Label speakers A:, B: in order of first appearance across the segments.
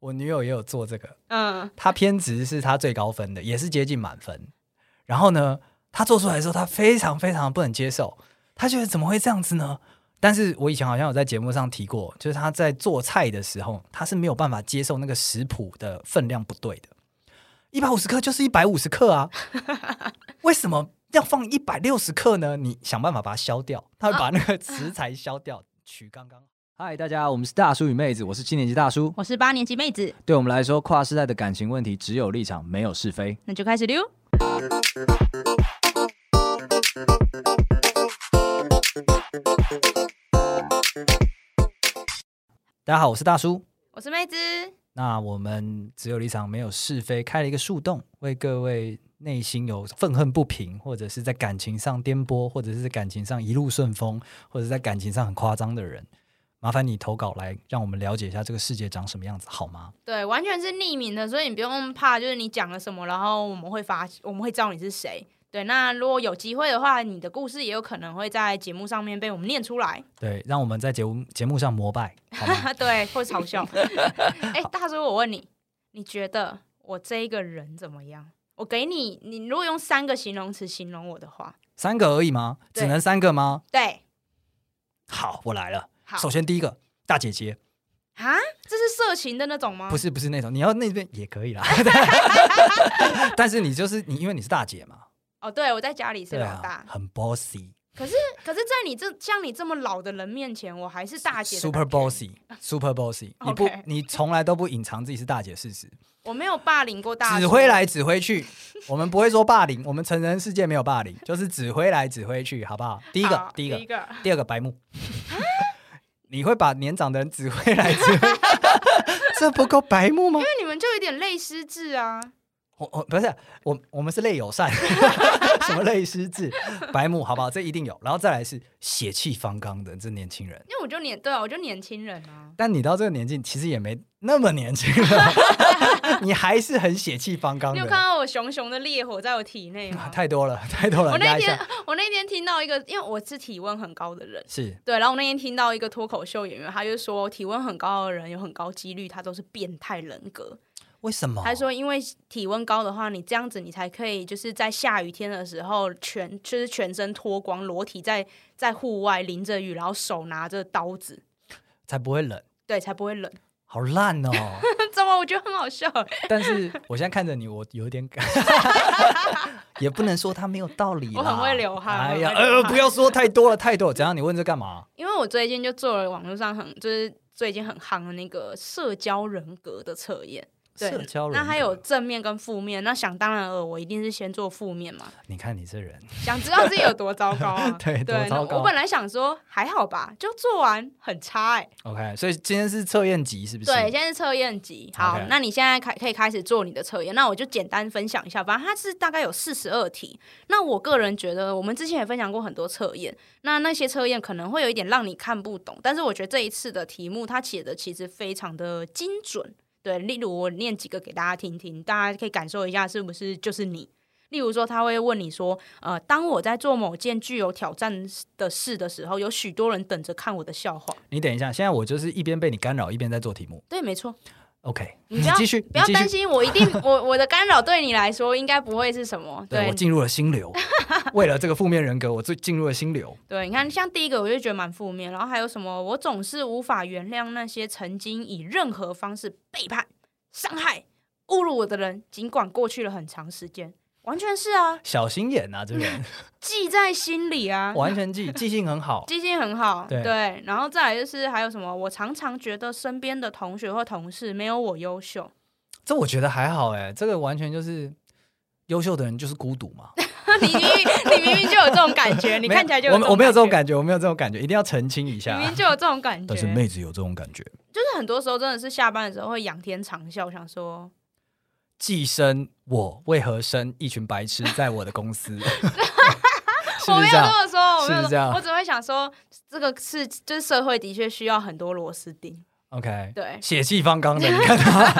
A: 我女友也有做这个，
B: 嗯，
A: 她偏执是她最高分的，也是接近满分。然后呢，她做出来的时候，她非常非常不能接受，她觉得怎么会这样子呢？但是我以前好像有在节目上提过，就是她在做菜的时候，她是没有办法接受那个食谱的分量不对的，一百五十克就是一百五十克啊， 为什么要放一百六十克呢？你想办法把它消掉，她会把那个食材消掉，取刚刚好。嗨，大家，我们是大叔与妹子，我是七年级大叔，
B: 我是八年级妹子，
A: 对我们来说，跨世代的感情问题只有立场，没有是非。
B: 那就开始溜。
A: 大家好，我是大叔。
B: 我是妹子，
A: 那我们只有立场，没有是非，开了一个树洞，为各位内心有愤恨不平，或者是在感情上颠簸，或者是在感情上一路顺风，或者是在感情上很夸张的人，麻烦你投稿来，让我们了解一下这个世界长什么样子，好吗？
B: 对，完全是匿名的，所以你不用怕，就是你讲了什么，然后我们会发，我们会知道你是谁。对，那如果有机会的话，你的故事也有可能会在节目上面被我们念出来，
A: 对，让我们在节目节目上膜拜，好吗？
B: 对，或嘲笑。 哎、大叔，我问你，你觉得我这一个人怎么样？我给你，你如果用三个形容词形容我的话，
A: 三个而已吗？
B: 对
A: 只能三个吗？
B: 对，
A: 好，我来了。
B: 好
A: 首先第一个大姐姐，
B: 啊，这是色情的那种吗？
A: 不是不是那种，你要那边也可以 啦。但是你就是你，因为你是大姐嘛，
B: 哦，对，我在家里是
A: 对
B: 老大。
A: 啊，很 bossy，
B: 可是，可是在你这像你这么老的人面前，我还是大姐的
A: ，super
B: 感觉
A: bossy，super bossy，你不
B: OK
A: 你从来都不隐藏自己是大姐事实，
B: 我没有霸凌过大
A: 指
B: 叔
A: 挥来指挥去，我们不会说霸凌，我们成人世界没有霸凌，就是指挥来指挥去，好不好？第一个
B: 好，
A: 第一个
B: 第一，个，
A: 第二个白目，你会把年长的人指挥来指挥， 这不够白目吗？
B: 那你们就有点类失智啊。
A: 我我不是我我们是类友善， 什么类失智、白目，好不好？这一定有。然后再来是血气方刚的这年轻人，
B: 因为我就年对啊，我就年轻人啊。
A: 但你到这个年纪其实也没那么年轻了， 你还是很血气方刚
B: 你有看
A: 的。啊
B: 到我熊熊的烈火在我体内吗？
A: 太多了，太多了，
B: 我那
A: 压一
B: 天
A: 下。
B: 我那天听到一个，因为我是体温很高的人，
A: 是
B: 对，然后我那天听到一个脱口秀演员，他就说体温很高的人有很高几率他都是变态人格。
A: 为什么？
B: 他说，因为体温高的话，你这样子你才可以就是在下雨天的时候全就是全身脱光裸体在在户外淋着雨，然后手拿着刀子，
A: 才不会冷，
B: 对，才不会冷。
A: 好烂哦。
B: 怎么我觉得很好笑？
A: 但是我现在看着你，我有点 感，也不能说他没有道理啦。
B: 我很会流汗
A: 哎呀，
B: 我很会流
A: 呃，
B: 汗
A: 不要说太多了，太多了。怎样？你问这干嘛？
B: 因为我最近就做了网络上很就是最近很夯的那个社交人格的测验。对
A: 社交人格
B: 那还有正面跟负面，那想当然了，我一定是先做负面嘛，
A: 你看你这人，？
B: 想知道自己有多糟糕啊
A: 对多
B: 对，那
A: 糟糕
B: 我本来想说还好吧，就做完很差哎、
A: OK，所以今天是测验集，是不是？
B: 对，现在是测验集。好
A: OK
B: 那你现在开可以开始做你的测验。那我就简单分享一下，反正它是大概有四十二题。那我个人觉得，我们之前也分享过很多测验，那那些测验可能会有一点让你看不懂，但是我觉得这一次的题目它写的其实非常的精准。对，例如我念几个给大家听听，大家可以感受一下是不是就是你。例如说，他会问你说，呃，当我在做某件具有挑战的事的时候，有许多人等着看我的笑话。
A: 你等一下，现在我就是一边被你干扰，一边在做题目。
B: 对，没错。
A: OK，
B: 你不要
A: 继续，
B: 不要
A: 你继
B: 担
A: 续。
B: 心，我一定，我我的干扰对你来说应该不会是什么。
A: 对
B: 对
A: 我进入了心流， 为了这个负面人格，我最进入了心流。
B: 对，你看，像第一个我就觉得蛮负面，然后还有什么，我总是无法原谅那些曾经以任何方式背叛、伤害、侮辱我的人，尽管过去了很长时间，完全是啊，
A: 小心眼啊，这个 人
B: 记在心里啊。
A: 完全记记性很好。
B: 记性很好，
A: 对
B: 然后再来就是还有什么？我常常觉得身边的同学或同事没有我优秀，
A: 这我觉得还好哎，这个完全就是优秀的人就是孤独嘛。
B: 你明明你明明就有这种感觉， 你
A: 没有
B: 看起来就有
A: 我
B: 这
A: 没
B: 种
A: 我没有这种
B: 觉，
A: 感觉，我没有这种感觉，一定要澄清一下啊
B: 明。明就有这种感觉。
A: 但是妹子有这种感觉，
B: 就是很多时候真的是下班的时候会仰天长啸，想说
A: 寄生我为何生一群白痴在我的公 司？是
B: 我
A: 不
B: 没
A: 是这
B: 有这
A: 样？
B: 么说，我
A: 是
B: 没
A: 不是
B: 有说
A: 这样
B: 我只会想说这个是就是社会的确需要很多螺丝钉，
A: OK，
B: 对
A: 血气方刚的，你看他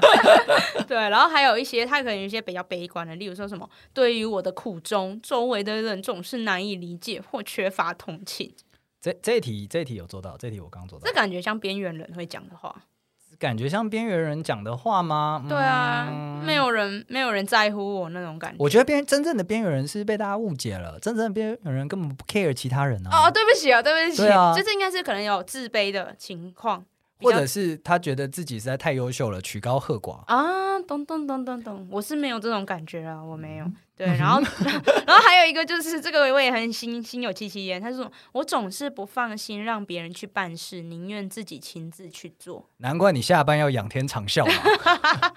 B: 对，然后还有一些他可能有一些比较悲观的，例如说什么对于我的苦衷，周围的人总是难以理解或缺乏同情，
A: 这这一题这一题有做到，这一题我刚做到
B: 这，感觉像边缘人会讲的话。
A: 感觉像边缘人讲的话吗？嗯
B: 对啊，没有人没有人在乎我那种感觉。
A: 我觉得边真正的边缘人是被大家误解了，真正的边缘人根本不 care 其他人啊，
B: 哦，对不起啊，对不起，
A: 对啊
B: 就是应该是可能有自卑的情况，比较
A: 或者是他觉得自己实在太优秀了，曲高和寡。
B: 啊，懂懂懂懂懂，我是没有这种感觉啊，我没有。
A: 嗯
B: 对，然后然后还有一个就是这个我也很心心有戚戚焉，他说我总是不放心让别人去办事，宁愿自己亲自去做。
A: 难怪你下班要仰天长啸嘛，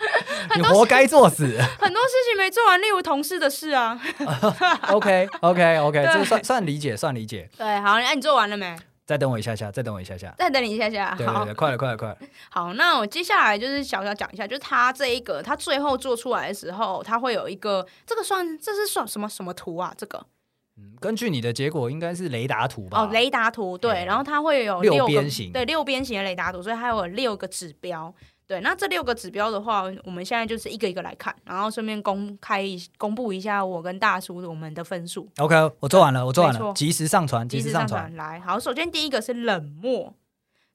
A: 你活该作死。
B: 很多事情没做完，例如同事的事啊。
A: OK OK OK，
B: 对
A: 这算算理解，算理解。
B: 对，好，那、你做完了没？
A: 再等我一下下，再等我一下下。
B: 再等你一下下。
A: 对
B: 好
A: 对对，快了快了快了。
B: 好，那我接下来就是小小讲一下，就是他这一个，他最后做出来的时候，他会有一个这个算这是算什么什么图啊？这个
A: 嗯根据你的结果应该是雷达图吧？
B: 哦，雷达图对，
A: 嗯
B: 然后它会有
A: 六
B: 个
A: 边形
B: 对六边形的雷达图，所以它有六个指标。对，那这六个指标的话，我们现在就是一个一个来看，然后顺便公开一公布一下我跟大叔的我们的分数，
A: OK，我做完了，我做完
B: 没
A: 了，
B: 错
A: 及时上传，及
B: 及
A: 时
B: 时
A: 上
B: 上
A: 传。
B: 传来。好，首先第一个是冷漠，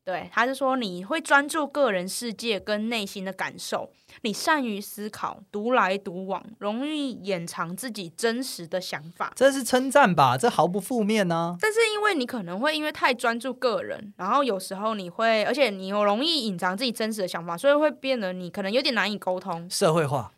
B: 对，他是说你会专注个人世界跟内心的感受，你善于思考，独来独往，容易掩藏自己真实的想法。
A: 这是称赞吧？这毫不负面啊呢、
B: 但是因为你可能会因为太专注个人，然后有时候你会，而且你有容易隐藏自己真实的想法，所以会变得你可能有点难以沟通。
A: 社会化，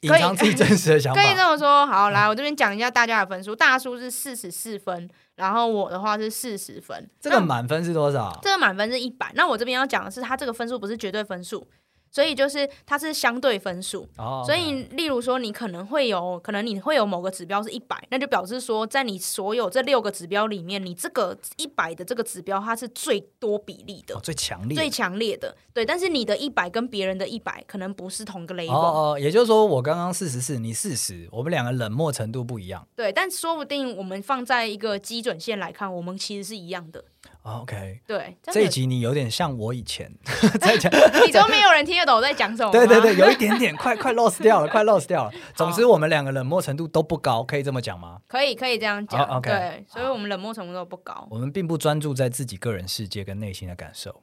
A: 隐
B: 可以
A: 藏自己真实的想
B: 可以
A: 法。
B: 这么说，好，来我这边讲一下大家的分数，大叔是四十四分，然后我的话是四十分，
A: 这个
B: 那
A: 满分是多少？
B: 这个满分是一百，那我这边要讲的是，他这个分数不是绝对分数，所以就是它是相对分数，
A: 哦，
B: 所以，例如说，你可能会有，可能你会有某个指标是一百，那就表示说，在你所有这六个指标里面，你这个一百的这个指标，它是最多比例的
A: 哦、，最强烈
B: 最强烈的。对，但是你的一百跟别人的一百可能不是同个 level，、
A: 哦哦，也就是说，我刚刚四十四，你四十，我们两个冷漠程度不一样。
B: 对，但说不定我们放在一个基准线来看，我们其实是一样的。
A: 哦 OK，
B: 对，样
A: 这一
B: 有
A: 集你有点像我以前在讲，
B: 你都没有人听得懂我在讲什么吗？
A: 对对对，有一点点，快快 lost 掉了，快 lost 掉 了。总之，我们两个冷漠程度都不高，可以这么讲吗？
B: 可以可以这样讲。
A: 哦好，OK
B: 对，所以我们冷漠程度都不高。
A: 我们并不专注在自己个人世界跟内心的感受，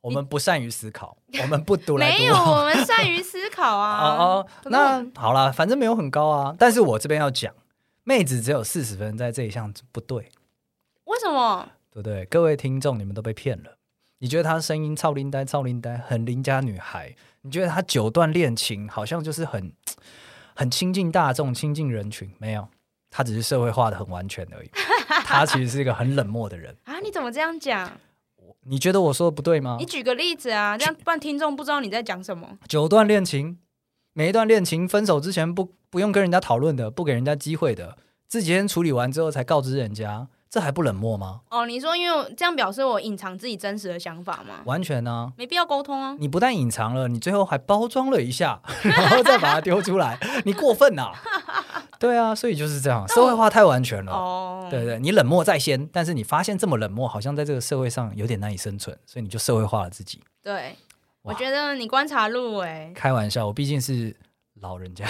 A: 我们不善于思考，我们不独来
B: 没
A: 独
B: 有，啊
A: 往。
B: 我们善于思考啊。
A: 哦哦，
B: 可是我
A: 那好啦，反正没有很高啊。但是我这边要讲，妹子只有四十分，在这一项不对，
B: 为什么？
A: 对不对？各位听众，你们都被骗了。你觉得她声音超龄呆，超龄呆，很邻家女孩？你觉得她九段恋情好像就是很很亲近大众、亲近人群？没有，她只是社会化的很完全而已。她其实是一个很冷漠的人。
B: 啊，你怎么这样讲？
A: 你觉得我说的不对吗
B: 你？举个例子啊，这样不然听众不知道你在讲什么。
A: 九段恋情，每一段恋情分手之前不不用跟人家讨论的，不给人家机会的，自己先处理完之后才告知人家，这还不冷漠吗？
B: 哦，你说因为我这样表示我隐藏自己真实的想法吗？
A: 完全呢、
B: 嗯没必要沟通啊。
A: 你不但隐藏了，你最后还包装了一下， 然后再把它丢出来，你过分呐、对啊，所以就是这样，社会化太完全了。
B: 哦，
A: 对对，你冷漠在先，但是你发现这么冷漠，好像在这个社会上有点难以生存，所以你就社会化了自己。
B: 对我
A: 哇
B: 觉得你观察欸入微，
A: 开玩笑，我毕竟是老人家，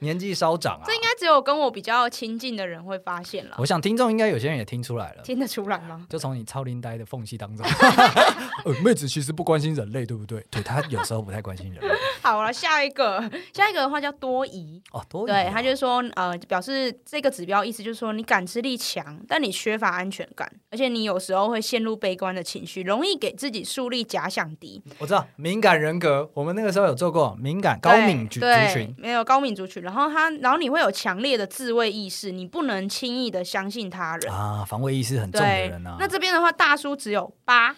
A: 年纪稍长啊。
B: 这应该只有跟我比较亲近的人会发现了
A: 我，想听众应该有些人也听出来了，
B: 听得出来吗？
A: 就从你超龄呆的缝隙当中， 呃，妹子其实不关心人类，对不对？对，她有时候不太关心 人类。
B: 好了，下一个， 下一个的话叫多疑。
A: 哦，多疑啊
B: 对，他就说，呃，表示这个指标意思就是说，你感知力强，但你缺乏安全感，而且你有时候会陷入悲观的情绪，容易给自己树立假想敌。
A: 我知道敏感人格，我们那个时候有做过敏感高敏族
B: 对
A: 族群
B: 对，没有高敏族群，然后他，然后你会有强烈的自卫意识，你不能轻易的相信他人。
A: 啊，防卫意识很重的
B: 对
A: 人，啊
B: 那。这边的话，大叔只有八，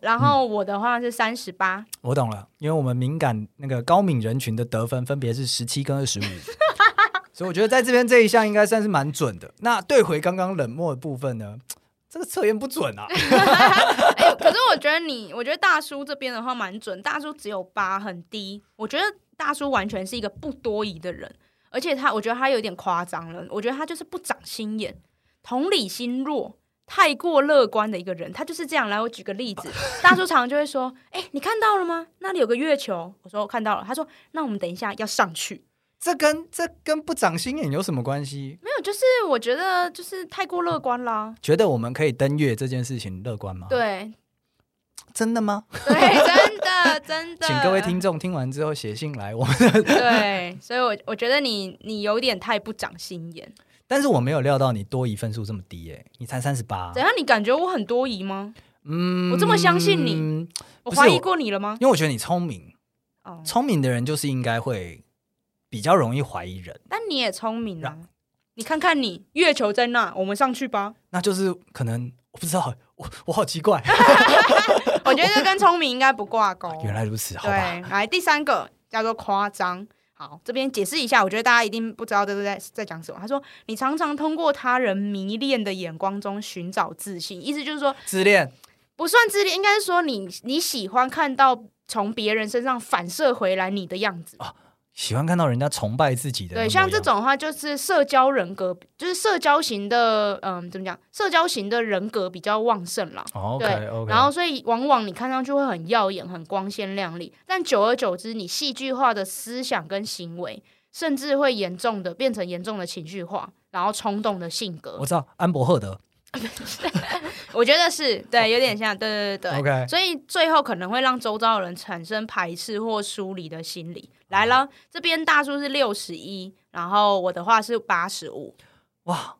B: 然后我的话是三十八，
A: 我懂了，因为我们敏感那个高敏人群的得分分别是十七跟二 十五。所以我觉得在这边这一项应该算是蛮准的。那对回刚刚冷漠的部分呢，这个测验不准啊。
B: 哎， 可是我觉得你，我觉得大叔这边的话蛮准，大叔只有八，很低。我觉得大叔完全是一个不多疑的人，而且他，我觉得他有点夸张了。我觉得他就是不长心眼，同理心弱，太过乐观的一个人。他就是这样。来，我举个例 子，大叔常常就会说：“哎、你看到了吗？那里有个月球。”我说：“我看到了。”他说：“那我们等一下要上去。
A: 这跟这跟不长心眼有什么关系？”
B: 没有，就是我觉得就是太过乐观啦。
A: 觉得我们可以登月这件事情乐观吗？，
B: 对，
A: 真的吗？
B: 对，真的真的，
A: 请各位听众听完之后写信来我们。
B: 对，所以我我觉得你你有点太不长心眼。
A: 但是我没有料到你多疑分数这么低耶、你才三十八
B: 怎。样？你感觉我很多疑吗？
A: 嗯
B: 我这么相信你
A: 嗯
B: 我
A: 不是
B: 怀疑
A: 我
B: 过你 了吗？
A: 因为我觉得你聪明，
B: 哦，
A: 聪明的人就是应该会比较容易怀疑人，
B: 但你也聪明啊。你看看你，月球在那，我们上去吧。
A: 那就是可能我不知道，我我好奇 怪，
B: 我觉得这跟聪明应该不挂钩。
A: 原来如此，好
B: 对
A: 吧。，
B: 来第三个叫做夸张。好，这边解释一下，我觉得大家一定不知道这是在在讲什么。他说，你常常通过他人迷恋的眼光中寻找自信，意思就是说，
A: 自恋，
B: 不算自恋，应该是说你你喜欢看到从别人身上反射回来你的样子。
A: 喜欢看到人家崇拜自己的那模
B: 对，
A: 样，
B: 像这种的话就是社交人格，就是社交型的，嗯，怎么讲？社交型的人格比较旺盛啦。
A: 哦，OK
B: 对
A: OK，
B: 然后，所以往往你看上去会很耀眼、很光鲜亮丽，但久而久之，你戏剧化的思想跟行为，甚至会严重的变成严重的情绪化，然后冲动的性格
A: 我。知道安博赫德
B: 我觉得是对，有点像，对对对对。
A: ，OK，
B: 所以最后可能会让周遭的人产生排斥或疏离的心理。来
A: 哦
B: 了，这边大叔是六十一，然后我的话是八十五，
A: 哇，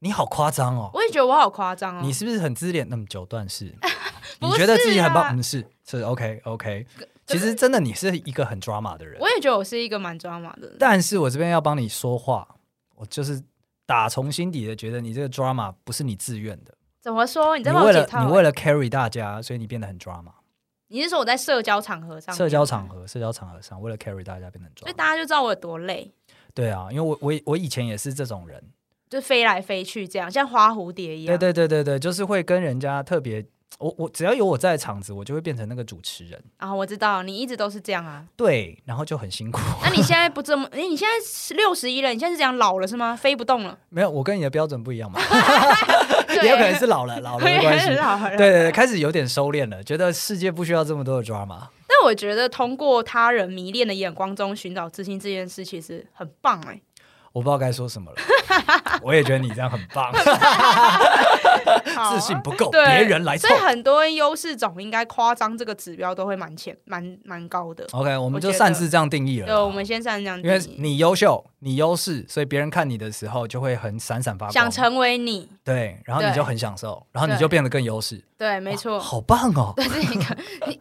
A: 你好夸张哦，
B: 我也觉得我好夸张哦。，
A: 你是不是很自恋？那么九段是 你
B: 不
A: 觉得自己很
B: 是啊
A: 棒？嗯，是是 OK OK，其实真的你是一个很 drama 的人，
B: 我也觉得我是一个蛮抓马的人。
A: 但是我这边要帮你说话，我就是打从心底的觉得你这个 drama 不是你自愿的，
B: 怎么说？你
A: 你
B: 在帮我
A: 为
B: 解
A: 了
B: 套、欸
A: 你为了 carry 大家，所以你变得很 drama。
B: 你是说我在社交场合上？
A: 社交场。合，社交场合上为了 carry 大家变得很
B: 所以
A: drama。
B: 大家就知道我有多累，
A: 对啊，因为我我我以前也是这种人，
B: 就飞来飞去这样，像花蝴蝶一样。
A: 对对对对对，就是会跟人家特别，我我只要有我在的场子，我就会变成那个主持人，
B: 啊，我知道你一直都是这样啊。
A: 对，然后就很辛苦。
B: 那、你现在不这么？哎、你现在六十一了，你现在是这样老了是吗？飞不动了，
A: 没有，我跟你的标准不一样嘛，
B: 对
A: 也有可能是老了，老了的关系
B: 对。老了。
A: 对对对，开始有点收敛了，觉得世界不需要这么多的 drama。
B: 但我觉得通过他人迷恋的眼光中寻找自信这件事，其实很棒哎、
A: 我不知道该说什 么了，我也觉得你这样很棒，
B: 好啊
A: 自信不够，哦别
B: 对
A: 人来凑
B: 所以。很多优势种应该夸张这个指标都会蛮前蛮蛮高的。
A: OK，我们就
B: 我觉得
A: 擅自这样定义了
B: 对，
A: 啦。
B: 我们先上这样
A: 哦因为
B: 定义，
A: 你优秀，你优势，所以别人看你的时候就会很闪闪发光，
B: 想成为你，
A: 对，然后你
B: 对
A: 就很享受，然后你
B: 对
A: 就变得更优势，
B: 对，没
A: 哇
B: 错，
A: 好棒哦，
B: 这是一个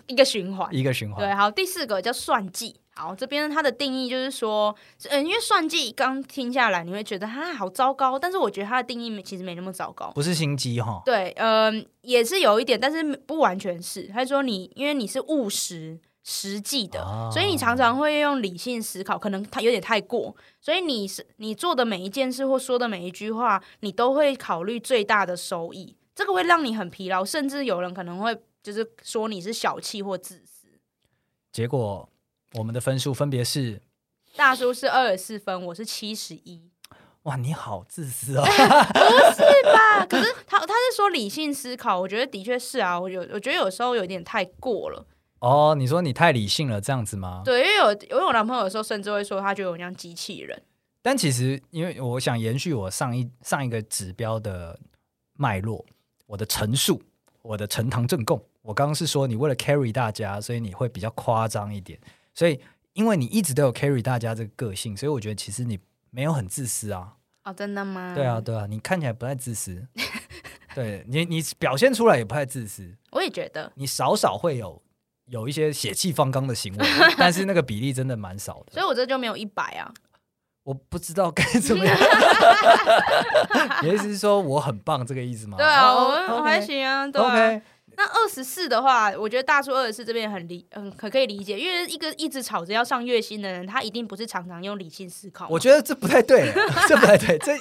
B: 一个循环。
A: 一个循环
B: 对，。好，第四个叫算计。好，这边它的定义就是说，嗯，因为算计刚听下来，你会觉得它好糟糕，但是我觉得它的定义没其实没那么糟糕。
A: 不是心机哈，
B: 对，嗯、也是有一点，但是不完全是。他说你因为你是务实实际的，
A: 哦
B: 所以你常常会用理性思考，可能他有点太过，所以你是你做的每一件事或说的每一句话，你都会考虑最大的收益，这个会让你很疲劳，甚至有人可能会就是说你是小气或自私。
A: 结果我们的分数分别是，
B: 大叔是二十四分，我是七十一。
A: 哇，你好自私 哦，
B: 啊，可是他他是说理性思考，我觉得的确是啊，我有我觉得有时候有点太过了。
A: 哦，你说你太理性了这样子吗？
B: 对，因为有因为我男朋友有时候甚至会说他觉得我像机器人。
A: 但其实，因为我想延续我上一上一个指标的脉络，我的陈述，我的呈堂证供。我刚刚是说，你为了 carry 大家，所以你会比较夸张一点。所以，因为你一直都有 carry 大家这个个性，所以我觉得其实你没有很自私啊。
B: 哦，真的吗？
A: 对啊，，对啊，你看起来不太自私， 对你，你表现出来也不太自私，
B: 我也觉得。
A: 你少少会有有一些血气方刚的行为，但是那个比例真的蛮少的
B: 所。以我这就没有一百啊，
A: 我不知道 该怎 么样。你的意思是说我很棒这个意思吗？
B: 对啊，
A: 哦
B: 我我还。行啊，对
A: OK，
B: 啊。
A: OK，
B: 那二十四的话，我觉得大叔二十四这边很理，很可可以理解，因为一个一直吵着要上月薪的人，他一定不是常常用理性思考嘛。
A: 我觉得这不太对， 这不太对。这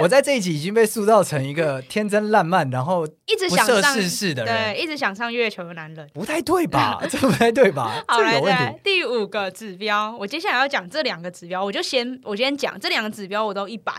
A: 我在这一集已经被塑造成一个天真烂漫，然后
B: 一直
A: 不
B: 想
A: 涉
B: 上
A: 世事的人，
B: 对，一直想上月球的男人。
A: 不太对 吧？这不太对吧？
B: 好，
A: 这
B: 来
A: 有
B: 再
A: 问
B: 来
A: 题。
B: 第五个指标，我接下来要讲这两个指标，我就先我先讲这两个指标，我都一百，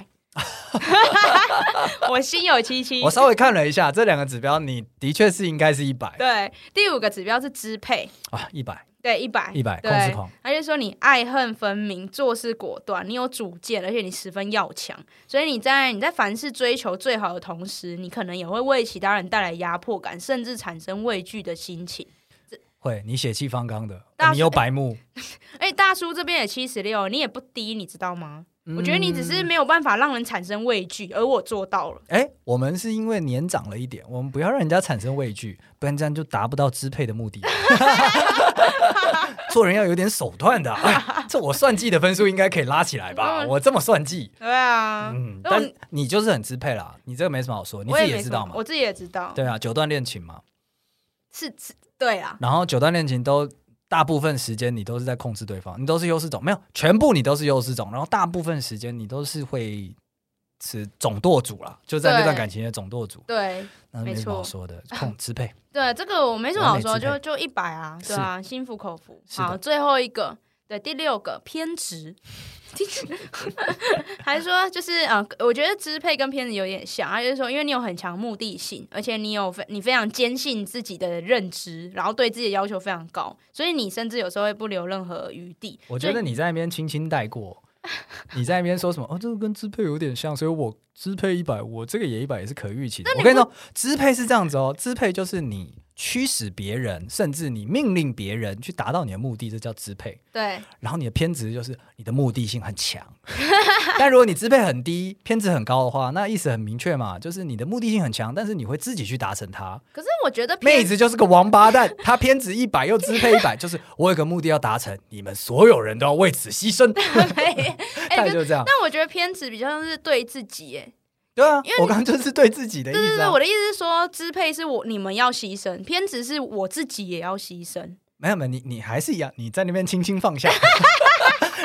B: 我心有戚 戚
A: 我。稍微看了一下这两个指标，你的确是应该是一百
B: 对，第五个指标是支配，
A: 啊，一百
B: 对一百
A: 一百控制
B: 对，
A: 狂，
B: 他就说你爱恨分明，做事果断，你有主见，而且你十分要强，所以你在你在凡事追求最好的同时，你可能也会为其他人带来压迫感，甚至产生畏惧的心情。
A: 会你血气方刚的，
B: 大
A: 你有白目，
B: 哎，大叔这边也七十六，你也不低，你知道吗？我觉得你只是
A: 嗯
B: 没有办法让人产生畏惧，而我做到了。
A: 哎，我们是因为年长了一点，我们不要让人家产生畏惧，不然这样就达不到支配的目 的。做人要有点手段的、哎这我算计的分数应该可以拉起来吧？
B: 嗯
A: 我这么算计，
B: 对啊，
A: 嗯，
B: 那我
A: 但你就是很支配啦，你这个没什么好说，你
B: 我
A: 自
B: 也
A: 己
B: 没
A: 也知
B: 什
A: 道
B: 么
A: 嘛
B: 我。自己也知道，
A: 对啊，九段恋情嘛，
B: 是是，对啊，
A: 然后九段恋情都大部分时间你都是在控制对方，你都是优势种，没有全部你都是优势种，然后大部分时间你都是会是总舵主啦，就在那段
B: 对
A: 感情的总舵主，
B: 对
A: 那没什么好
B: 没错
A: 说的，控支 配。
B: 对，这个我没什么好说，
A: 完美支
B: 就
A: 配
B: 就一百啊，对啊，心服口服。
A: 是的
B: 好，最后一个，对，第六个偏执。 还说就是呃，我觉得支配跟偏执有点像，他就是说，因为你有很强目的性，而且你有非你非常坚信自己的认知，然后对自己的要求非常高，所以你甚至有时候会不留任何余地。
A: 我觉
B: 所
A: 得
B: 以
A: 你在那边轻轻带 过，你在那边说什么哦，这个跟支配有点像，所以我支配一百，我这个也一百也是可预期的。我跟你说，支配是这样子哦，支配就是你驱使别人，甚至你命令别人去达到你的目的，这叫支配。
B: 对
A: 然后你的偏执就是你的目的性很 强，但如果你支配很低，偏执很高的话，那意思很明确嘛，就是你的目的性很强，但是你会自己去达成它。
B: 可是我觉得偏
A: 妹子就是个王八蛋，她偏执一百又支配一百， 就是我有个目的要达成，你们所有人都要为此牺牲，
B: 没， 哎、
A: 大概
B: 可
A: 就是这样。
B: 但我觉得偏执比较像是对自己，哎，
A: 对啊
B: 因为，你
A: 我刚刚就是对自己的意
B: 对对
A: 思、
B: 对，
A: 啊
B: 我。的意思是说，支配是我你们要牺牲，偏执是我自己也要牺牲。
A: 没有没有，你你还是一样，你在那边轻轻放下。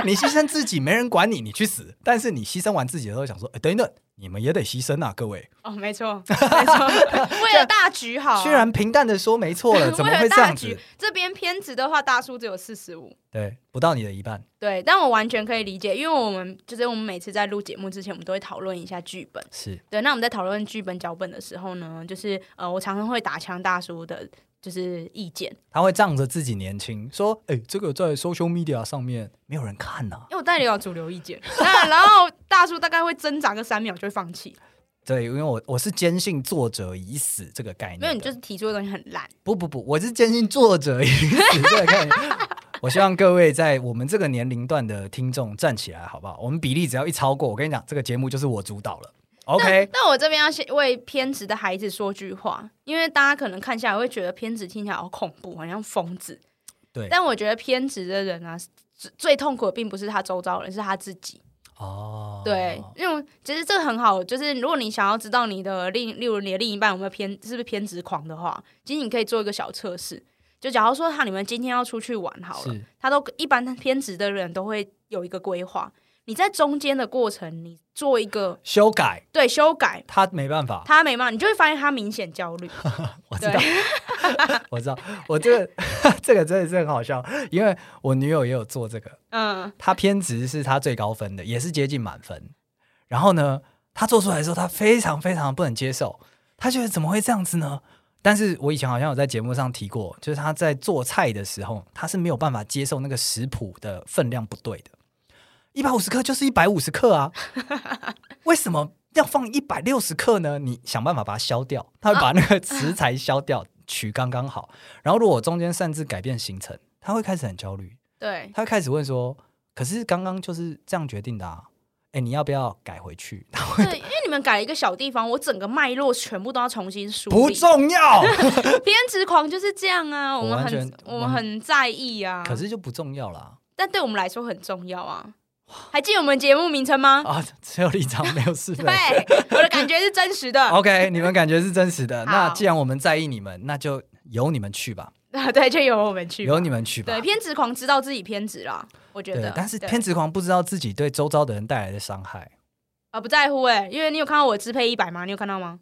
A: 你牺牲自己，没人管你，你去死。但是你牺牲完自己的时候，想说，哎，等一等，你们也得牺牲啊，各位。
B: 哦，没 错，没错，为了大局好啊、
A: 虽然平淡的说没错 了，怎么
B: 为
A: 会
B: 了
A: 这
B: 大
A: 样
B: 局
A: 子？，
B: 这边偏执的话，大叔只有四十五。
A: 对，不到你的一半。
B: 对，但我完全可以理解，因为我们就是我们每次在录节目之前，我们都会讨论一下剧本。
A: 是，
B: 对，那我们在讨论剧本脚本的时候呢，就是呃，我常常会打枪大叔的，就是意见，
A: 他会仗着自己年轻说，哎，这个在 social media 上面没有人看呐、啊
B: 因为我带有主流意见。 那然后大叔大概会挣扎个三秒就会放弃，
A: 对，因为我我是坚信作者已死哎这个概念的。
B: 没有你就是提出的东西很烂。
A: 不不不，我是坚信作者已死这个概念。我希望各位在我们这个年龄段的听众站起来，好不好？我们比例只要一超过，我跟你讲，这个节目就是我主导了。OK，
B: 那我这边要先为偏执的孩子说句话，因为大家可能看下来会觉得偏执听起来好恐怖，好像疯子。
A: 对
B: 但我觉得偏执的人啊，最最痛苦的并不是他周遭人，是他自己。
A: 哦，
B: 对，因为其实这个很好，就是如果你想要知道你的另，例如你的另一半有没有偏，是不是偏执狂的话，其实你可以做一个小测试。就假如说他你们今天要出去玩好了
A: 是，
B: 他都一般偏执的人都会有一个规划。你在中间的过程，你做一个
A: 修改
B: 对修改，
A: 他没办法，
B: 他没嘛，你就会发现他明显焦虑。
A: 我知
B: 对
A: 道， 我知道，我这个 这个真的是很好笑，因为我女友也有做这个，
B: 嗯，
A: 她偏执是她最高分的，也是接近满分。然后呢，她做出来的时候，她非常非常不能接受，她觉得怎么会这样子呢？但是我以前好像有在节目上提过，就是她在做菜的时候，她是没有办法接受那个食谱的分量不对的，一百五十克就是一百五十克啊，为什么要放一百六十克呢？你想办法把它消掉，她会把那个食材消掉，取刚刚好。然后如果中间擅自改变行程，她会开始很焦虑，
B: 对，
A: 他开始问说：“可是刚刚就是这样决定的啊，哎，你要不要改回去？” 他会
B: 对，因为你们改了一个小地方，我整个脉络全部都要重新梳理。
A: 不重要，
B: 偏执狂就是这样啊，我
A: 我
B: 们
A: 完
B: 很
A: 全
B: 我们很在意啊，
A: 可是就不重要啦
B: 但对我们来说很重要啊。还记得我们节目名 称吗？
A: 啊！只有立场没有是非
B: 对。， 我的感觉是真实的。
A: OK，你们感觉是真实的。
B: 好
A: 那既然我们在意你们，那就由你们去吧，
B: 对，就由我们去吧。
A: 由你们去吧
B: 对，。偏执狂知道自己偏执啦，我觉得
A: 对。，但是
B: 对
A: 偏执狂不知道自己对周遭的人带来的伤害。
B: 啊不在乎哎，因为你有看到我支配一百吗？你有看 到吗？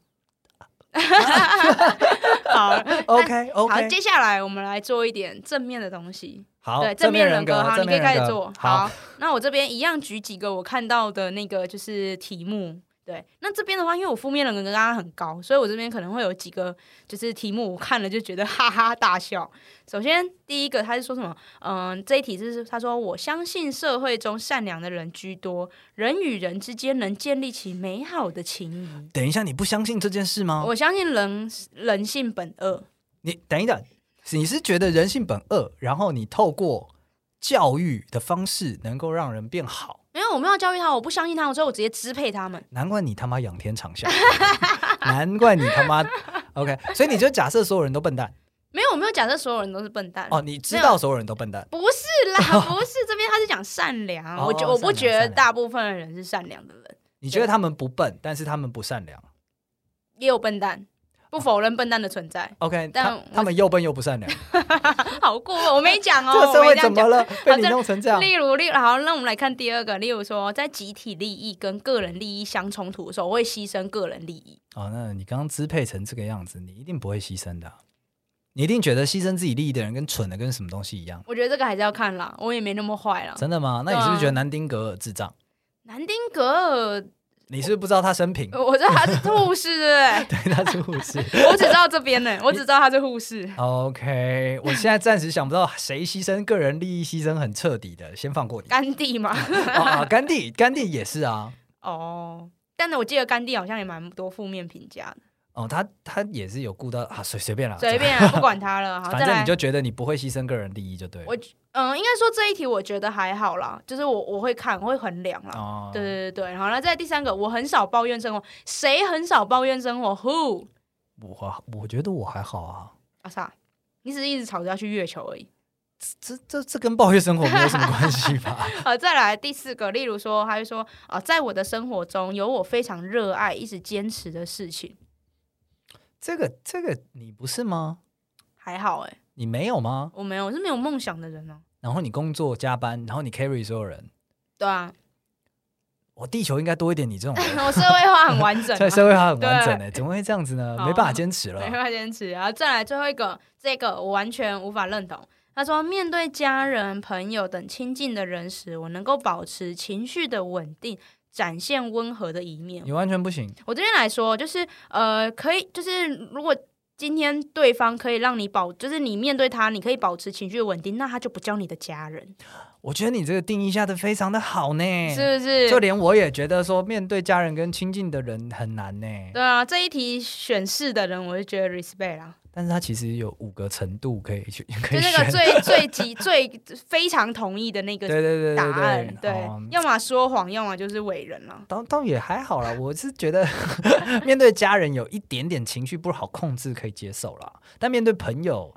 B: 好，
A: OK
B: 好，
A: OK，
B: 接下来我们来做一点正面的东西。
A: 好，
B: 对，正面人格，好，
A: 正
B: 你可以
A: 面
B: 开
A: 人
B: 始
A: 格
B: 做。
A: 好，
B: 那我这边一样举几个我看到的那个就是题目。对，那这边的话，因为我负面人格刚刚很高，所以我这边可能会有几个就是题目，我看了就觉得哈哈大笑。首先第一个，他是说什么？嗯，这一题就是他说，我相信社会中善良的人居多，人与人之间能建立起美好的情谊。
A: 等一下，你不相信这件事吗？
B: 我相信人人性本恶，
A: 你等一等，你是觉得人性本恶，然后你透过教育的方式能够让人变好，
B: 因为我没有教育他，我不相信他，所以我直接支配他们。
A: 难怪你他妈仰天长 啸，难怪你他妈 OK，所以你就假设所有人都笨蛋
B: 没有，我没有假设所有人都是笨蛋。
A: 哦，你知道所有人都笨蛋，
B: 不是 啦，不是这边他是讲善良，
A: 哦
B: 我觉我不
A: 善良
B: 觉得
A: 善良
B: 大部分的人是善良的人，
A: 你觉得他们不笨，但是他们不善良。
B: 也有笨蛋，不否认笨蛋的存在。
A: OK，
B: 但
A: 他
B: 我哦
A: 他们又笨又不善良，
B: 好过分，我没讲哦，
A: 这个社
B: 我没
A: 会怎
B: 这样
A: 么
B: 讲。
A: 了？
B: 好
A: 被你
B: 这
A: 弄成这样？
B: 例如，例如好，那我们来看第二个，例如说，在集体利益跟个人利益相冲突的时候，我会牺牲个人利益。
A: 哦，那你刚刚支配成这个样子，你一定不会牺牲的啊、你一定觉得牺牲自己利益的人跟蠢的跟什么东西一样，
B: 我觉得这个还是要看啦，我也没那么坏啦。
A: 真的吗？那你是不
B: 对啊
A: 是觉得南丁格尔智障？
B: 南丁格尔，
A: 你是不是不知道他生平？
B: 我知道他是护士，对不
A: 对，他是护 士。
B: 对？我只知道这边呢，我只知道他是护士。
A: OK，我现在暂时想不到谁牺牲个人利益牺牲很彻底的，先放过你。
B: 甘 地嘛，
A: 哦啊，甘地，甘地也是啊。
B: 哦，但是我记得甘地好像也蛮多负面评价的，
A: 哦，他他也是有顾到啊，随随便啦，
B: 随便啊、不管他了。好，
A: 反
B: 再
A: 正
B: 来
A: 你，就觉得你不会牺牲个人利益就对了。
B: 我嗯，应该说这一题我觉得还好啦，就是我我会看，我会衡量啦。
A: 哦，
B: 对对对对，然后那再第三个，我很少抱怨生活，谁很少抱怨生活？Who？
A: 我我觉得我还好啊。
B: 啊啥？你只是一直吵着要去月球而已。
A: 这这这跟抱怨生活没有什么关系 吧？
B: 好，再来第四个，例如说，他就说啊、在我的生活中有我非常热爱、一直坚持的事情，
A: 这个这个你不是吗？
B: 还好哎、
A: 你没有吗？
B: 我没有，我是没有梦想的人哦呢、
A: 然后你工作加班，然后你 carry 所有人，
B: 对啊，
A: 我地球应该多一点你这种人，
B: 我社会化很完整、啊，
A: 在社会化很完
B: 对
A: 整的，欸怎么会这样子呢？
B: 好
A: 没办法坚持了
B: 没。办法坚持。然后再来最后一个，这个我完全无法认同。他说，面对家人、朋友等亲近的人时，我能够保持情绪的稳定，展现温和的一面
A: 你。完全不行，
B: 我这边来说，就是呃，可以，就是如果今天对方可以让你保，就是你面对他，你可以保持情绪稳定，那他就不叫你的家 人，
A: 我觉得你这个定义下的非常的好呢，
B: 是不是？
A: 就连我也觉得说，面对家人跟亲近的人很难呢。
B: 对啊，这一题选是的人，我就觉得 respect 啦，
A: 但是它其实有五个程度可以去 可
B: 就
A: 以
B: 那
A: 选，
B: 个最最极最非常同意的那个
A: 对对对
B: 答
A: 对
B: 案，
A: 对，
B: 对，
A: 哦
B: 要么说谎，要么就是伪人了。
A: 倒倒也还好啦，我是觉得 面对家人有一点点情绪不好控制可以接受啦，但面对朋友，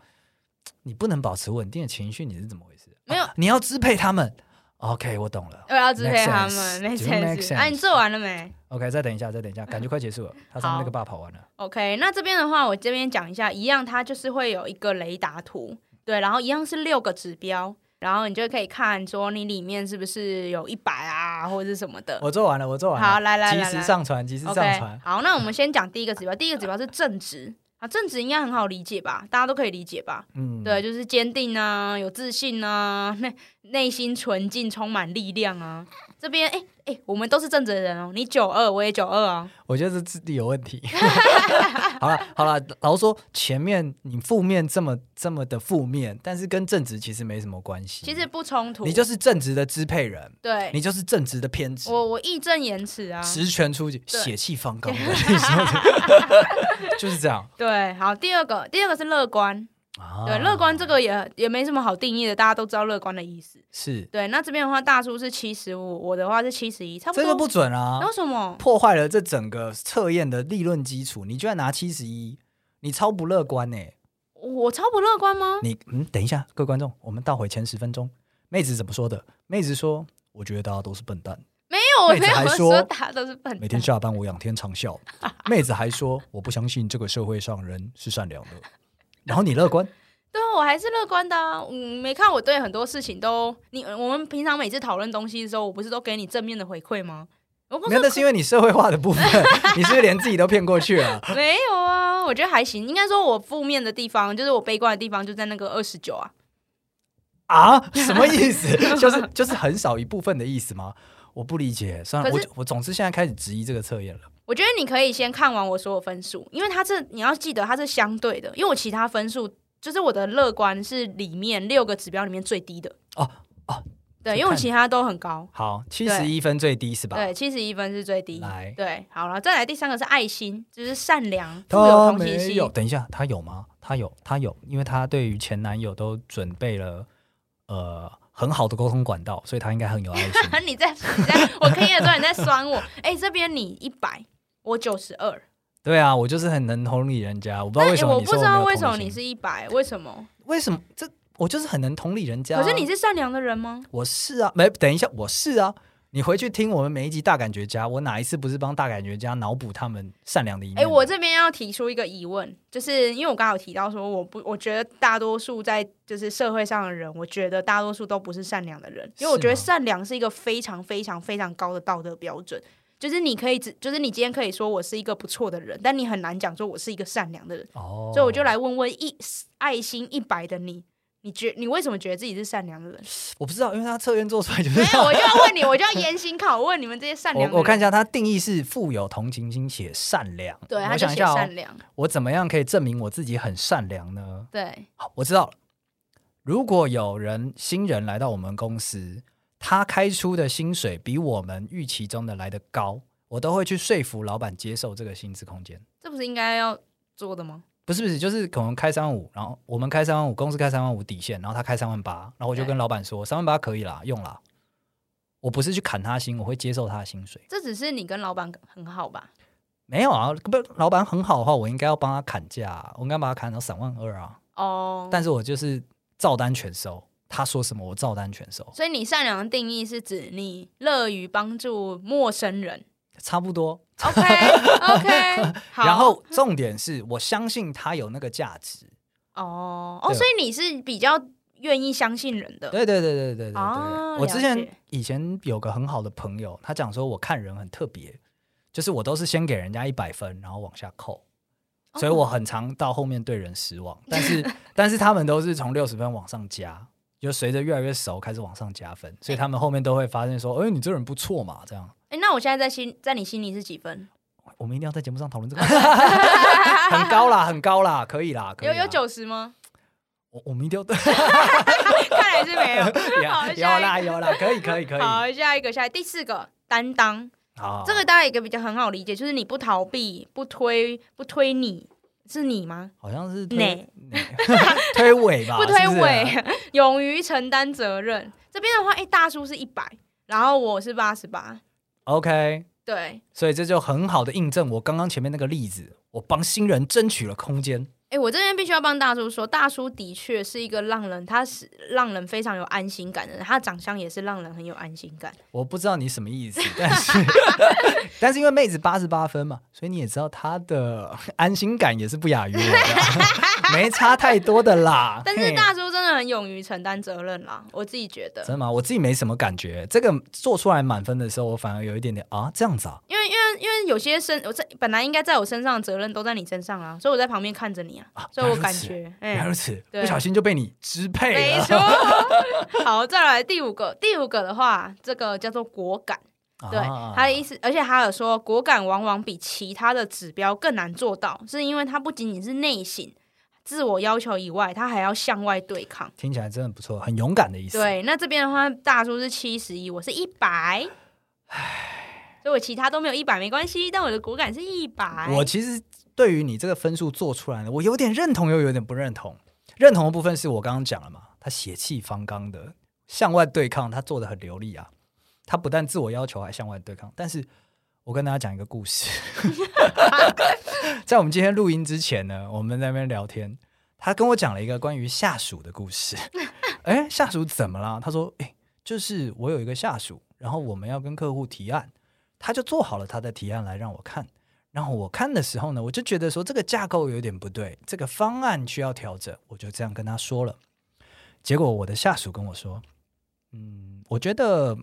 A: 你不能保持稳定的情绪，你是怎么回事？
B: 没有
A: 啊你要支配他们。OK，我懂了。
B: 我要支配
A: Make
B: 他
A: sense.
B: 们，没
A: Do you make
B: sense。哎，
A: sense?
B: 你做完了没
A: OK，再等一下，再等一 下，感觉快结束了。他上面那个爸跑完了。
B: ？OK，那这边的话，我这边讲一下，一样它就是会有一个雷达图，对，然后一样是六个指标，然后你就可以看说你里面是不是有一百啊，或者是什么的。
A: 我做完了，我做完了。
B: 好来来
A: 及
B: 来
A: 时
B: 来
A: 上传，及时哦上
B: OK，
A: 传。
B: 好，那我们先讲第一个指标，第一个指标是正直啊，正直应该很好理解吧，大家都可以理解吧？
A: 嗯，
B: 对，，就是坚定啊，有自信啊，内内心纯净，充满力量啊。这边哎哎，我们都是正直的人哦，你九二，我也九二啊。
A: 我觉得是智力有问 题。 好了好了，老实说，前面你负面这么这么的负面，但是跟正直其实没什么关系。
B: 其实不冲突，
A: 你就是正直的支配人，
B: 对
A: 你就是正直的偏执，
B: 我我义正言辞啊。
A: 十全出击，
B: 对
A: 血气方 刚。我跟你说的 就是这样。
B: 对，好，第二个，第二个是乐观。
A: 啊
B: 对，乐观这个也也没什么好定义的，大家都知道乐观的意思。
A: 是
B: 对，那这边的话，大叔是七十五，我的话是七十一，差不
A: 这个
B: 多。
A: 不准啊
B: 那，为什么？
A: 破坏了这整个测验的理论基础。你居然拿七十一，你超不乐观呢、欸
B: 我超不乐观吗？
A: 你嗯，等一下，各位观众，我们倒回前十分钟，妹子怎么说的？妹子说：“我觉得大家都是笨蛋。”
B: 没有，我
A: 妹子
B: 没有
A: 还
B: 说
A: 说
B: 大家都是笨
A: 每
B: 蛋
A: 天。下班我仰天长啸。妹子还说：“我不相信这个社会上人是善良的。”然后你乐观，
B: 对啊，我还是乐观的啊。嗯，没看我对很多事情都，你我们平常每次讨论东西的时候，我不是都给你正面的回馈吗？我不
A: 没有，那是因为你社会化的部分， 你是不是连自己都骗过去了？
B: 没有啊，我觉得还行。应该说我负面的地方，就是我悲观的地方，就在那个二十九啊。
A: 啊，什么意思？就是就是很少一部分的意思吗？我不理解，算了，
B: 可
A: 我
B: 是
A: 我总之现在开始质疑这个测验了。
B: 我觉得你可以先看完我所有分数，因为它这你要记得它是相对的，因为我其他分数就是我的乐观是里面六个指标里面最低的
A: 哦哦，
B: 对，
A: 就
B: 因为我
A: 看
B: 其他都很高，
A: 好，七
B: 对
A: 十一分最低是吧？
B: 对，七十一分是最低
A: 来，
B: 对，好了，再来第三个是爱心，就是善良、富有
A: 他
B: 同情
A: 没
B: 心
A: 有，，等一下，他有吗？他有，他有，因为他对于前男友都准备了呃很好的沟通管道，所以他应该很有爱心。
B: 你在你在，我可以的时候你在酸我。哎、这边你一百，我九十二。
A: 对啊，我就是很能同理人家，我不知道
B: 但
A: 啊为什
B: 哎
A: 么
B: 我
A: 你
B: 不
A: 说
B: 知
A: 没
B: 道
A: 有
B: 为
A: 同
B: 什么
A: 理
B: 你
A: 心
B: 是一百，为什么？
A: 为什么这我就是很能同理人家啊、
B: 可是你是善良的人吗？
A: 我是啊，没等一下，我是啊。你回去听我们每一集大感觉家，我哪一次不是帮大感觉家脑补他们善良的一面？
B: 哎、我这边要提出一个疑问，就是因为我刚好提到说，我不，我觉得大多数在就是社会上的人，我觉得大多数都不是善良的人，因为我
A: 是
B: 觉得
A: 吗
B: 善良是一个非常非常非常高的道德标准。就是你可以只，就是你今天可以说我是一个不错的人，但你很难讲说我是一个善良的人。
A: 哦，
B: 所以我就来问问一爱心一百的你，你觉你为什么觉得自己是善良的人？
A: 我不知道，因为他测验做出来就是
B: 没
A: 这
B: 有，
A: 样
B: 我就要问你，我就要严刑拷问你们这些善良的人。
A: 我我看一下，它定义是富有同情心且善良。
B: 对，他
A: 我
B: 就
A: 想一
B: 写
A: 下、
B: 善
A: 哦，
B: 良，
A: 我怎么样可以证明我自己很善良呢？
B: 对，
A: 好，我知道了。如果有人新人来到我们公司，他开出的薪水比我们预期中的来的高，我都会去说服老板接受这个薪资空间。
B: 这不是应该要做的吗？
A: 不是不是，就是可能开三万五，然后我们开三万五，公司开三万五底线，然后他开三万八，然后我就
B: 对
A: 跟老板说三万八可以啦，用啦。我不是去砍他薪，我会接受他的薪水。
B: 这只是你跟老板很好吧？
A: 没有啊，不，老板很好的话，我应该要帮他砍价啊、我应该把他砍到三万二啊。
B: 哦、
A: 但是我就是照单全收，他说什么我照单全收，
B: 所以你善良的定义是指你乐于帮助陌生人。
A: 差不多。
B: OK OK，好。
A: 然后重点是我相信他有那个价值。
B: 哦哦，
A: 对
B: 所以你是比较愿意相信人的。
A: 对对对对对对对。
B: 哦
A: 我之
B: 了
A: 前
B: 解
A: 以前有个很好的朋友，他讲说我看人很特别，就是我都是先给人家一百分，然后往下扣。所以我很常到后面对人失望，但 是但是他们都是从六十分往上加，就随着越来越熟开始往上加分，所以他们后面都会发现说，哎、你这人不错嘛，这样。
B: 哎、那我现在在心，在你心里是几分？
A: 我们一定要在节目上讨论这个， 很高啦，很高啦，可以啦，可以啊
B: 有
A: 啦
B: 有，九十吗？
A: 我我们一定要，
B: 看来是没有。好下一
A: 有
B: 个
A: 有啦有啦，可以可以可以，好，
B: 好，下一个，下一个第四个担当，
A: 好
B: 这个大家一个比较很好理解，就是你不逃避，不推，不推你。是你吗？
A: 好像是
B: 哪
A: 推推诿吧，
B: 不推
A: 是是啊
B: 诿，， 勇于承担责任。这边的话，哎、大叔是一百，然后我是八十八，
A: ，OK，
B: 对。
A: 所以这就很好的印证我刚刚前面那个例子，我帮新人争取了空间。
B: 哎、我这边必须要帮大叔说，大叔的确是一个让人，他是让人非常有安心感的人，他的长相也是让人很有安心感。
A: 我不知道你什么 意思，但是但是因为妹子八十八分嘛，所以你也知道她的安心感也是不亚于我 的，没差太多的啦。
B: 但是
A: 嘿
B: 大叔真的很勇于承担责任啦，我自己觉得。
A: 真的吗？我自己没什么感觉。这个做出来满分的时候，我反而有一点点啊，这样子啊，
B: 因为因为因为有些身我这本来应该在我身上的责任都在你身上啊，所以我在旁边看着你啊，
A: 啊
B: 所以我
A: 原来
B: 感
A: 如此
B: 觉，
A: 原来
B: 哎、
A: 如此，
B: 对
A: 不小心就被你支配
B: 没
A: 了。
B: 错。 好，再来第五个，第五个的话，这个叫做果敢，对，
A: 啊
B: 他的意思，而且他有说果敢往往比其他的指标更难做到，是因为它不仅仅是内省、自我要求以外，它还要向外对抗。
A: 听起来真的不错，很勇敢的意思。，
B: 对，那这边的话，大叔是七十一，我是一百，所以我其他都没有一百没关系，但我的果敢是一百。
A: 我其实对于你这个分数做出来了，我有点认同，又有点不认同。认同的部分是我刚刚讲了嘛，他血气方刚的向外对抗，他做的很流利啊。他不但自我要求，还向外对抗。但是我跟大家讲一个故事， 在我们今天录音之前呢，我们在那边聊天，他跟我讲了一个关于下属的故事。哎，下属怎么了？他说，哎，就是我有一个下属，然后我们要跟客户提案，他就做好了他的提案来让我看。然后我看的时候呢，我就觉得说这个架构有点不对，这个方案需要调整，我就这样跟他说了。结果我的下属跟我说：“嗯，我觉得嘖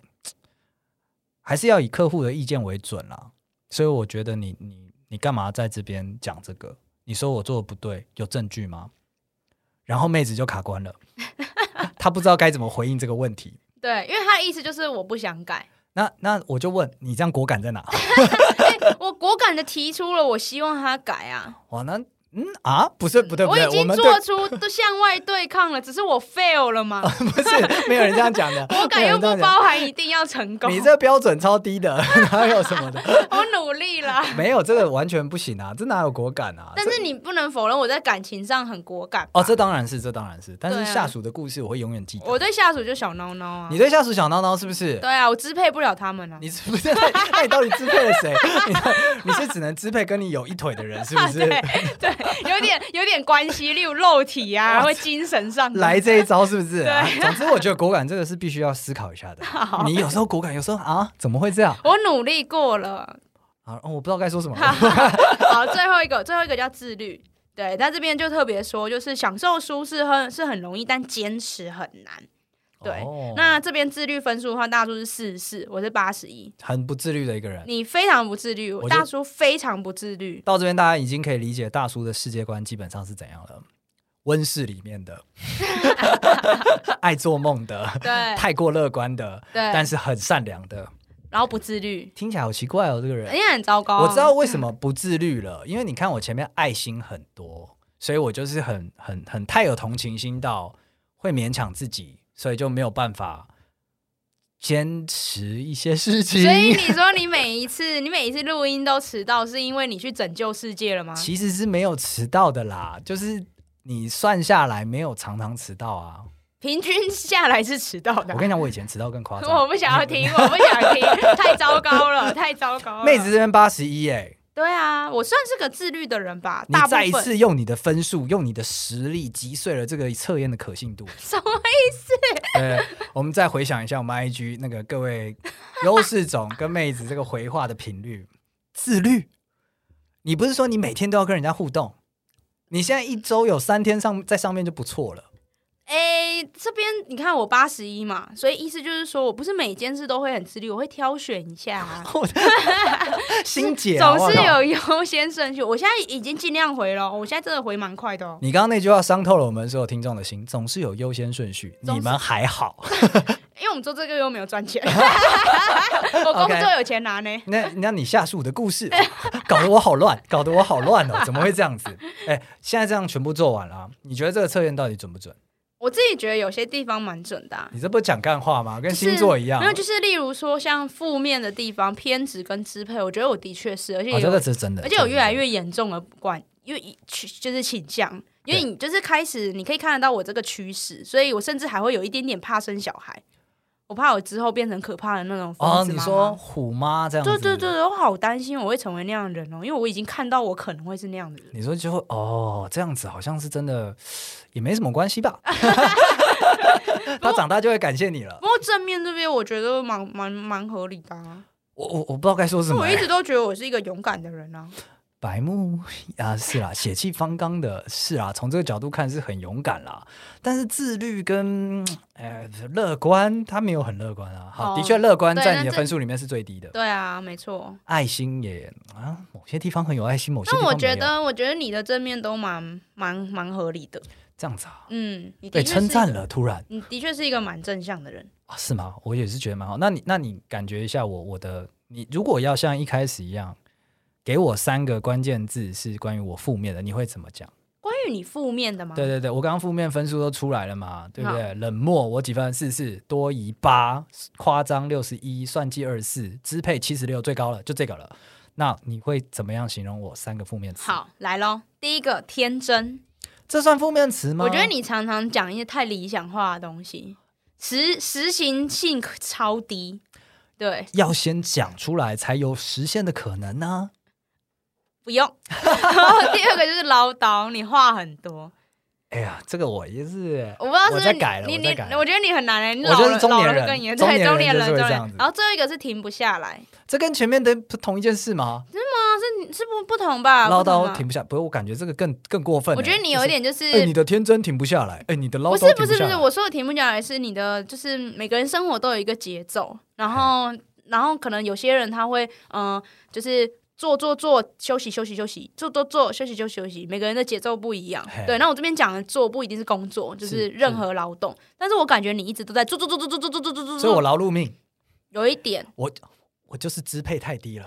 A: 还是要以客户的意见为准啦，所以我觉得你你你干嘛在这边讲这个？你说我做的不对，有证据吗？”然后妹子就卡关 了，她不知道该怎么回应这个问题。
B: 对，因为他的意思就是我不想改，
A: 那那我就问你，这样果敢在哪？
B: 我果敢的提出了，我希望他改啊！
A: 哇，那嗯啊，不是不对不
B: 我
A: 对，
B: 已
A: 我
B: 经
A: 们
B: 做
A: 对哦
B: 出都向外对抗了，只是我 fail 了 嘛。
A: 不是没有人这样讲的，
B: 我
A: 没
B: 改
A: 有
B: 又
A: 人这样讲
B: 不包含一定要成功，
A: 你这标准超低的， 哪有什么的？
B: 我努力啦。
A: 没有，这个完全不行啊！这哪有果敢啊？
B: 但
A: 这
B: 是你不能否认我在感情上很果敢吧
A: 哦，这当然是，这当然是。但
B: 对
A: 是
B: 啊
A: 下属的故事我会永远记得。
B: 我对下属就小孬孬啊
A: 你。对下属小孬孬是不是？
B: 对啊，我支配不了他们啊。
A: 你是不 是？那你到底支配了谁？ 你你是只能支配跟你有一腿的人，是不是？
B: 对对，有点有点关系，例如肉体啊，
A: 哇
B: 或精神上的。
A: 来这一招是不是、啊？总之，我觉得果敢这个是必须要思考一下的。你有时候果敢，有时候啊，怎么会这样？
B: 我努力过了。
A: 啊，哦我不知道该说什么了。
B: 好，最后一个，最后一个叫自律。对，他这边就特别说，就是享受舒适很是很容易，但坚持很难。 对
A: 哦
B: 那这边自律分数的话，大叔是四十四，我是八十一。
A: 很不自律的一个人。
B: 你非常不自律，
A: 我就
B: 大叔非常不自律。
A: 到这边，大家已经可以理解大叔的世界观基本上是怎样了。温室里面 的，爱做梦的，
B: 对
A: 太过乐观的，
B: 对，
A: 但是很善良的，
B: 然后不自律，
A: 听起来好奇怪哦，这个
B: 人
A: 人。
B: 家很糟糕啊。
A: 我知道为什么不自律了，因为你看我前面爱心很多，所以我就是很很很太有同情心到会勉强自己，所以就没有办法坚持一些事情。
B: 所以你说你每一次 你每一次录音都迟到，是因为你去拯救世界了 吗？
A: 其实是没有迟到的啦，就是你算下来没有常常迟到啊。
B: 平均下来是迟到的
A: 我跟你讲，我以前迟到更夸
B: 啊。我
A: 张。
B: 不想要听，我不想 听，太糟糕了，太糟糕了。
A: 妹子这边八十一哎，
B: 对啊，我算是个自律的人吧，
A: 你
B: 大部
A: 再一
B: 分。
A: 次用你的分数，用你的实力击碎了这个测验的可信 度。
B: 什么？
A: 对，我们再回想一下我们 IG 那个各位优势总跟妹子这个回话的频率，自律。你不是说你每天都要跟人家互动？你现在一周有三天上在上面就不错了。
B: 哎、这边你看我八十一嘛，所以意思就是说我不是每件事都会很自律，我会挑选一下、啊。
A: 我的 心姐好不好
B: 总是有优先顺序，我现在已经尽量回了，我现在真的回蛮快的哦。
A: 你刚刚那句话伤透了我们所有听众的心，总是有优先顺序，
B: 总是
A: 你们还好。
B: 因为我们做这个又没有 赚钱，我工作有钱拿呢。
A: 那那你下属的故事哦 搞得我好乱，搞得我好乱 哦，怎么会这样子？哎，现在这样全部做完了啊、你觉得这个测验到底准不准？
B: 我自己觉得有些地方蛮准的啊、
A: 你这不是讲干话吗？跟
B: 就是
A: 星座一样。
B: 没有，就是例如说像负面的地方，偏执跟支配，我觉得我的确是，而且
A: 哦，
B: 有
A: 这个是真的，
B: 而且有越来
A: 越
B: 越严重的管，越就是倾向，因为你就是开始你可以看得到我这个趋势，所以我甚至还会有一点点怕生小孩，我怕我之后变成可怕的那种疯
A: 哦，
B: 子
A: 你
B: 妈妈
A: 说。虎妈这样子，
B: 对对对，，对我好担心我会成为那样的人哦，因为我已经看到我可能会是那样的人。
A: 你说就会哦，这样子好像是真的，也没什么关系 吧？ 他长大就会感谢你了。
B: 不过正面这边我觉得蛮蛮蛮合理的、啊，
A: 我我我不知道该说什
B: 因为
A: 么、
B: 我
A: 哎
B: 一直都觉得我是一个勇敢的人啊。
A: 白目啊，是啦，血气方刚的，是啦，从这个角度看是很勇敢啦。但是自律跟呃乐观，他没有很乐观啊。好，
B: 哦
A: 的确乐观
B: 对
A: 在
B: 那
A: 你的
B: 这
A: 分数里面是最低的。
B: 对啊，没错。
A: 爱心也啊，某些地方很有爱心，某些地
B: 但
A: 方
B: 我
A: 没有
B: 觉得，我觉得你的正面都蛮蛮蛮合理的。
A: 这样子啊，
B: 嗯，你的
A: 被
B: 确
A: 称
B: 是
A: 赞了，突然
B: 你的确是一个蛮正向的人。
A: 啊，是吗？我也是觉得蛮好。那你那你感觉一下我我的，你如果要像一开始一样，给我三个关键字是关于我负面的，你会怎么讲？
B: 关于你负面的吗？
A: 对对对，我刚刚负面分数都出来了嘛，对不对？冷漠我几分？四四，多疑八，夸张六十一，算计二十四，支配七十六，最高了，就这个了。那你会怎么样形容我三个负面词？，
B: 好，来喽。第一个天真，
A: 这算负面词吗？
B: 我觉得你常常讲一些太理想化的东西，实实行性超低。对，
A: 要先讲出来，才有实现的可能啊呢、
B: 不用。 然后第二个就是唠叨，你话很多，
A: 哎呀，这个我也是，
B: 我不知道是不
A: 我
B: 是
A: 在
B: 你
A: 改了
B: 你
A: 我
B: 你
A: 在改，了
B: 我觉得你很难欸你
A: 我
B: 老
A: 就是
B: 了
A: 中
B: 老
A: 年
B: 了
A: 人
B: 更严
A: 中
B: 对
A: 年
B: 中
A: 人
B: 年
A: 就是
B: 人
A: 会
B: 中
A: 这
B: 年
A: 样子
B: 然后最后一个是停不下来，嗯
A: 这跟前面的不同一件事吗？
B: 是是不不同吧？
A: 唠
B: 不同
A: 叨
B: 吧
A: 停不下，不是，我感觉这个更更过分欸、
B: 我觉得你有一点就是。
A: 就是，哎、你的天真停不下来，哎、你的唠叨
B: 不是
A: 停
B: 不是
A: 下
B: 不
A: 来
B: 是，我说的停不下来是你的，就是每个人生活都有一个节奏，然后然后可能有些人他会嗯、呃就是做做做休息休息休息，做做做休息休息休息，每个人的节奏不一样
A: 嘿。
B: 对，那我这边讲的做不一定是工作，就是是任何劳动，但是我感觉你一直都在做做做做做做做做做做，
A: 所以我劳碌命。
B: 有一点，
A: 我我就是支配太低 了，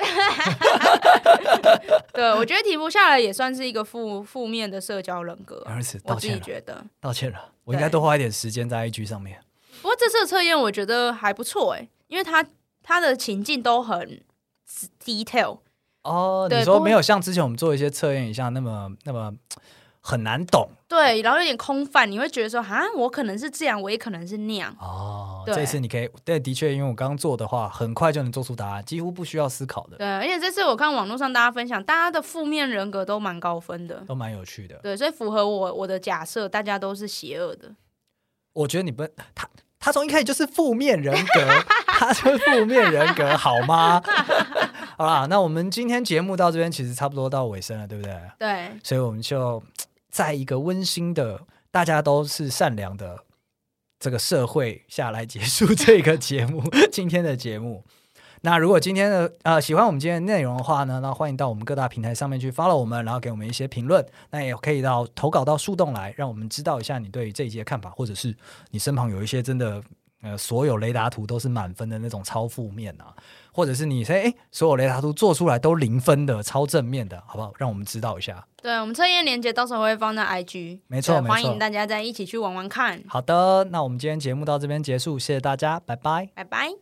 B: 对我觉得停不下来也算是一个负负面的社交人格啊、
A: 杨子
B: 我
A: 道
B: 自
A: 歉
B: 己
A: 了，
B: 觉得。
A: 道歉了，我应该多花一点时间在 IG 上面。
B: 不过这次的测验我觉得还不错哎、因为它它的情境都很 detail，
A: 哦，
B: 对
A: 你
B: 不
A: 说
B: 过
A: 没有像之前我们做一些测验一样那么那么很难懂
B: 对，然后有点空泛，你会觉得说啊，我可能是这样，我也可能是那样，
A: 哦。
B: 对
A: 这次你可以，对，的确，因为我刚做的话，很快就能做出答案，几乎不需要思考的，
B: 对，而且这次我看网络上大家分享，大家的负面人格都蛮高分的，
A: 都蛮有趣的。
B: 对，所以符合我我的假设，大家都是邪恶的，
A: 我觉得你不他他从一开始就是负面人 格，他就是负面人格，好吗？好啦，那我们今天节目到这边其实差不多到尾声了，对不对？
B: 对，
A: 所以我们就在一个温馨的，大家都是善良的这个社会下来结束这个节目， 今天的节目。那如果今天的呃喜欢我们今天的内容的话呢，那欢迎到我们各大平台上面去 follow 我们，然后给我们一些评论。那也可以到投稿到树洞来，让我们知道一下你对于这一节看法，或者是你身旁有一些真的呃所有雷达图都是满分的那种超负面啊，或者是你说诶所有雷达图做出来都零分的超正面的，好不好？让我们知道一下。
B: 对，我们测验链接到时候会放在 IG，
A: 没错
B: 对
A: 没错
B: 欢迎大家再一起去玩玩看，
A: 好的，那我们今天节目到这边结束，谢谢大家，拜拜。
B: 拜拜。